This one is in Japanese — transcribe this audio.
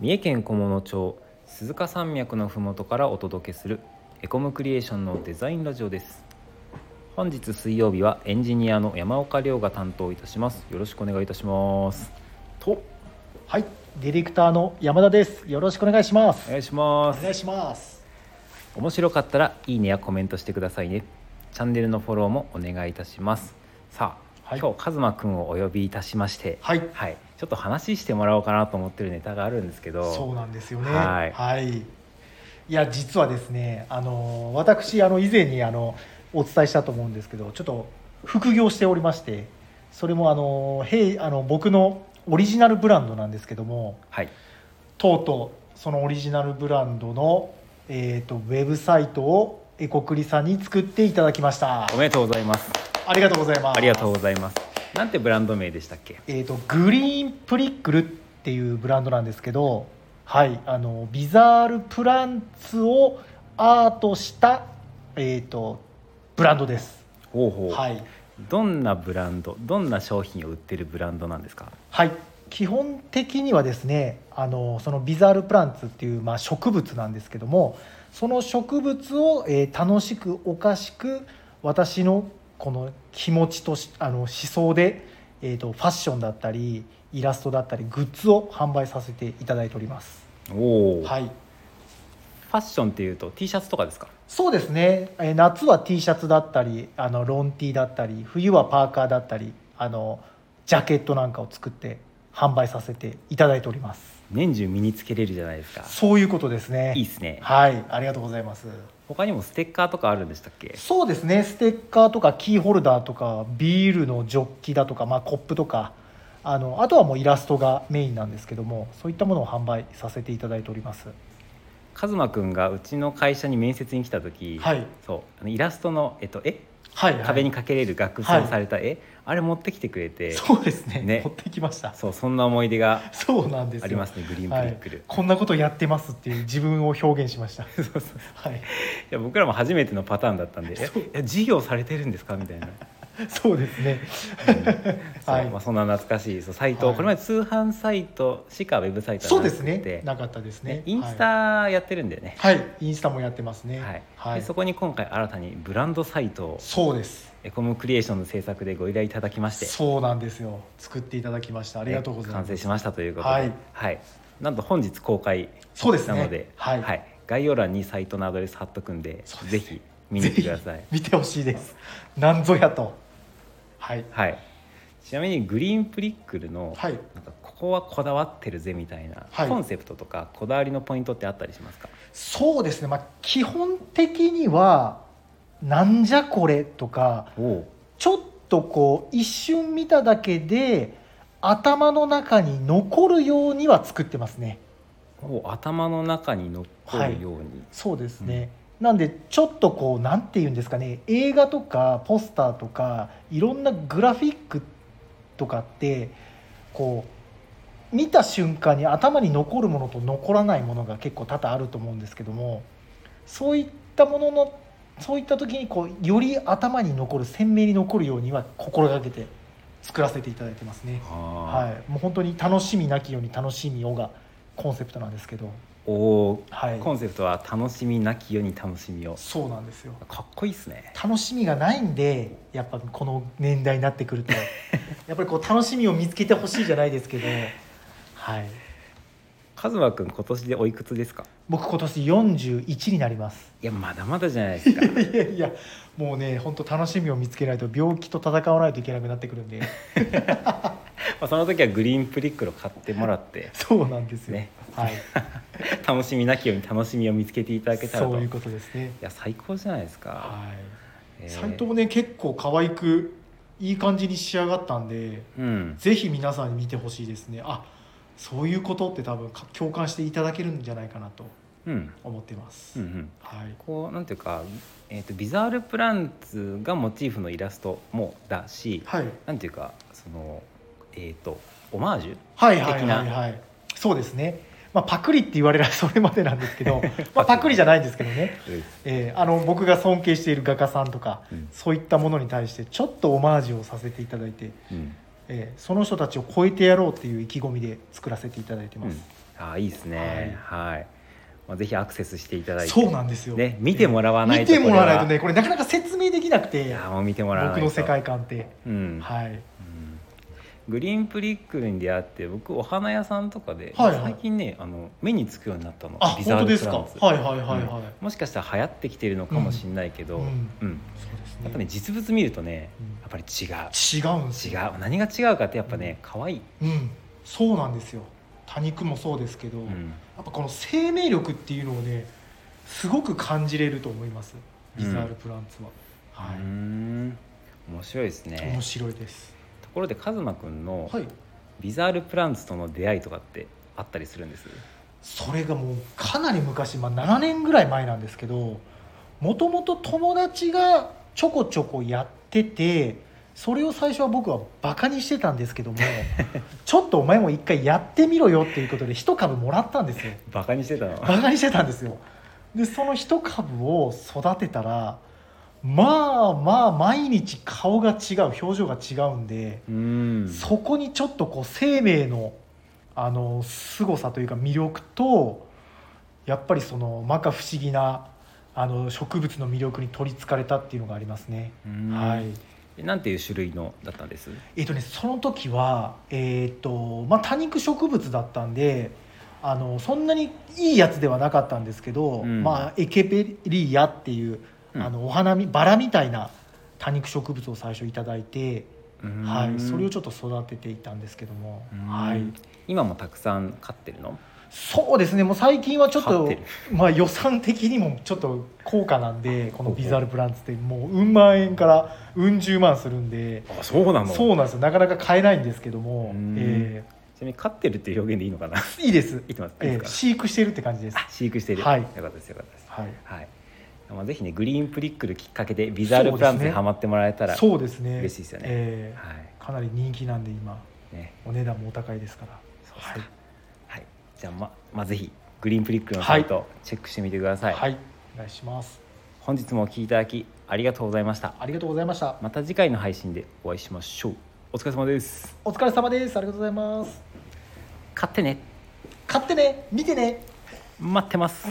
三重県菰野町鈴鹿山脈のふもとからお届けするエコムクリエーションのデザインラジオです本日水曜日はエンジニアの山岡亮が担当いたしますよろしくお願いいたしますとはいディレクターの山田ですよろしくお願いしまおす願いしまお願すいします面白かったらいいねやコメントしてくださいねチャンネルのフォローもお願いいたしますさあ、はい今日カズマくんをお呼びいたしましてはいはい、ちょっと話してもらおうかなと思ってるネタがあるんですけどそうなんですよねはいいいや実はですねあの私あの以前にあのお伝えしたと思うんですけどちょっと副業しておりましてそれもあのへあの僕のオリジナルブランドなんですけどもはいとうとうそのオリジナルブランドの、えー、とウェブサイトをエコクリさんに作っていただきましたおめでとうございますありがとうございますありがとうございます。なんてブランド名でしたっけ？えー、とグリーンプリックルっていうブランドなんですけど、はい、あのビザールプランツをアートした、えー、とブランドです、ほうほうはいどんなブランド、どんな商品を売ってるブランドなんですか？はい、基本的にはですねあのそのビザールプランツっていう、まあ、植物なんですけどもその植物を、えー楽しくおかしく私のこの気持ちとしあの思想で、えー、とファッションだったりイラストだったりグッズを販売させていただいております。おお、はい、ファッションっていうと T シャツとかですか？そうですね、えー夏は T シャツだったりあのロン T だったり冬はパーカーだったりあのジャケットなんかを作って販売させていただいております年中身につけれるじゃないですか。そういうことですねいいですね。はいありがとうございます他にもステッカーとかあるんでしたっけ？そうですねステッカーとかキーホルダーとかビールのジョッキだとか、まあ、コップとかあのあとはもうイラストがメインなんですけどもそういったものを販売させていただいておりますカズマくんがうちの会社に面接に来た時、はいそうあのイラストのえっと絵、はい、はい、壁にかけれる額装された絵、あれ持ってきてくれて、そうですねね持ってきましたそうそんな思い出がそうなんですよありますね。グリーンブリックル。はい、こんなことやってますっていう自分を表現しました そうそうはいいや僕らも初めてのパターンだったんで「えそういや事業されてるんですか?」みたいな、そうですねははいいまあ、 そんな懐かしいそうサイト、はいこれまで通販サイトしかウェブサイトそはうなでくてすねなかったですねねインスタやってるんだよね、はい、はいインスタもやってますねはいはいでそそこに今回新たにブランドサイトをうですエコムクリエーションの制作でご依頼いただきましてそうなんですよ作っていただきましたあありがとうございま完す成しましたということで、ははいいなんと本日公開そうですなねので、はい、概要欄にサイトのアドレス貼っとくんでそうですぜひね見に来てくださいぜひ見てほしいですなんぞやとはいはい、ちなみにグリーンプリックルの、はいなんかここはこだわってるぜみたいな、はいコンセプトとかこだわりのポイントってあったりしますかそうですねまあ基本的にはなんじゃこれとかおおちょっとこう一瞬見ただけで頭の中に残るようには作ってますねお頭の中に残るように、そうですね、なんでちょっとこうなんて言うんですかね映画とかポスターとかいろんなグラフィックとかってこう見た瞬間に頭に残るものと残らないものが結構多々あると思うんですけどもそういったもののそういった時にこうより頭に残る鮮明に残るようには心がけて作らせていただいてますね。は、はいい、もう本当に楽しみなきように楽しみよがコンセプトなんですけど、おおはい、コンセプトは楽しみなき世に楽しみをそうなんですよかっこいいっすね楽しみがないんでやっぱこの年代になってくる とやっぱりこう楽しみを見つけてほしいじゃないですけど、はい、カズマくん今年でおいくつですか僕今年41になりますいやまだまだじゃないですかいやいやもうね本当楽しみを見つけないと病気と戦わないといけなくなってくるんで まあその時はグリーンプリックルを買ってもらって そうなんですよ、ねはい、楽しみなき世に楽しみを見つけていただけたらとそういうことですね、いや最高じゃないですか、はいえーサイトもね結構可愛くいい感じに仕上がったんでうんぜひ皆さんに見てほしいですねあそういうことって多分か共感していただけるんじゃないかなとうん思ってます、うんうん、はい、こうなんていうか、えー、とビザールプランツがモチーフのイラストもだし、はい、なんていうかそのえっ、とオマージュはいはい的はいなはいそうですね、まあ、パクリって言われればそれまでなんです けど、まあ、パクリじゃないんですけどね、えーあの僕が尊敬している画家さんとかうんそういったものに対してちょっとオマージュをさせていただいて、うんえーその人たちを超えてやろうっていう意気込みで作らせていただいてうます、んあーいいですねはい、まあ、ぜひアクセスしていただいてそうなんですよ、ね見てもらわない見とてもらわないとこれはねこれなかなか説明できなくいてやーもう見てもらわな僕いとの世界観って、うんはういんグリーンプリックルに出会って僕お花屋さんとかで、はいはい最近ねあの目につくようになったのあ本当ですかプランはツいはいはいはい、もしかしたら流行ってきてるのかもしれないけど、ううんんそうですねやっぱね実物見るとねうんやっぱり違う違うんです違よう何が違うかってやっぱね可愛い、うんそうなんですよ多肉もそうですけど、うんやっぱこの生命力っていうのをねすごく感じれると思いますリザールプランツは、はうーい、ん面白いですね面白いですところでカズマくんのはいビザールプランツとの出会いとかってあったりするんです、それがもうかなり昔、まあ、7年ぐらい前なんですけどもともと友達がちょこちょこやっててそれを最初は僕はバカにしてたんですけども ちょっとお前も一回やってみろよっていうことで一株もらったんですよバカにしてたのバカにしてたんですよでその一株を育てたらまあまあ毎日顔が違う表情が違うんでうんそこにちょっとこう生命のあの凄さというか魅力とやっぱりその摩訶不思議なあの植物の魅力に取りつかれたっていうのがありますね。うんはい、えなんていう種類のだったんですえっ、とねその時はえっ、とまあ多肉植物だったんで。あのそんなにいいやつではなかったんですけど、うんまあ、エケペリアっていう、うんあのお花見バラみたいな多肉植物を最初いただいて、はい、それをょちょっと育てていたんですけども、ははいい、今もたくさん飼ってるのそうですねもう最近はちょっ飼っとてるまあ予算的にもちょっと高価なんでこのビザールプランツってもううん万円からうん十万するんであそうなそうなんですよなかなか買えないんですけどもう、んえちなみに飼ってるっていう表現でいいのかな ーいいです、言ってますいいえでーす飼育してるって感じですか、あ飼育してる、はいよかったですよかったですはい、はいまあ、ぜひねグリーンプリックルきっかけでビザールプランツにハマってもらえたらそうですね嬉しいですよねえーはいかなり人気なんで今ねお値段もお高いですからそうですかははい、い、じゃあままあぜひグリーンプリックルのサイトチェックしてみてください、はい、お願いします本日もお聞きいただきありがとうございましたありがとうございましたまた次回の配信でお会いしましょうお疲れ様ですお疲れ様ですありがとうございます買ってね買ってね見てね待ってます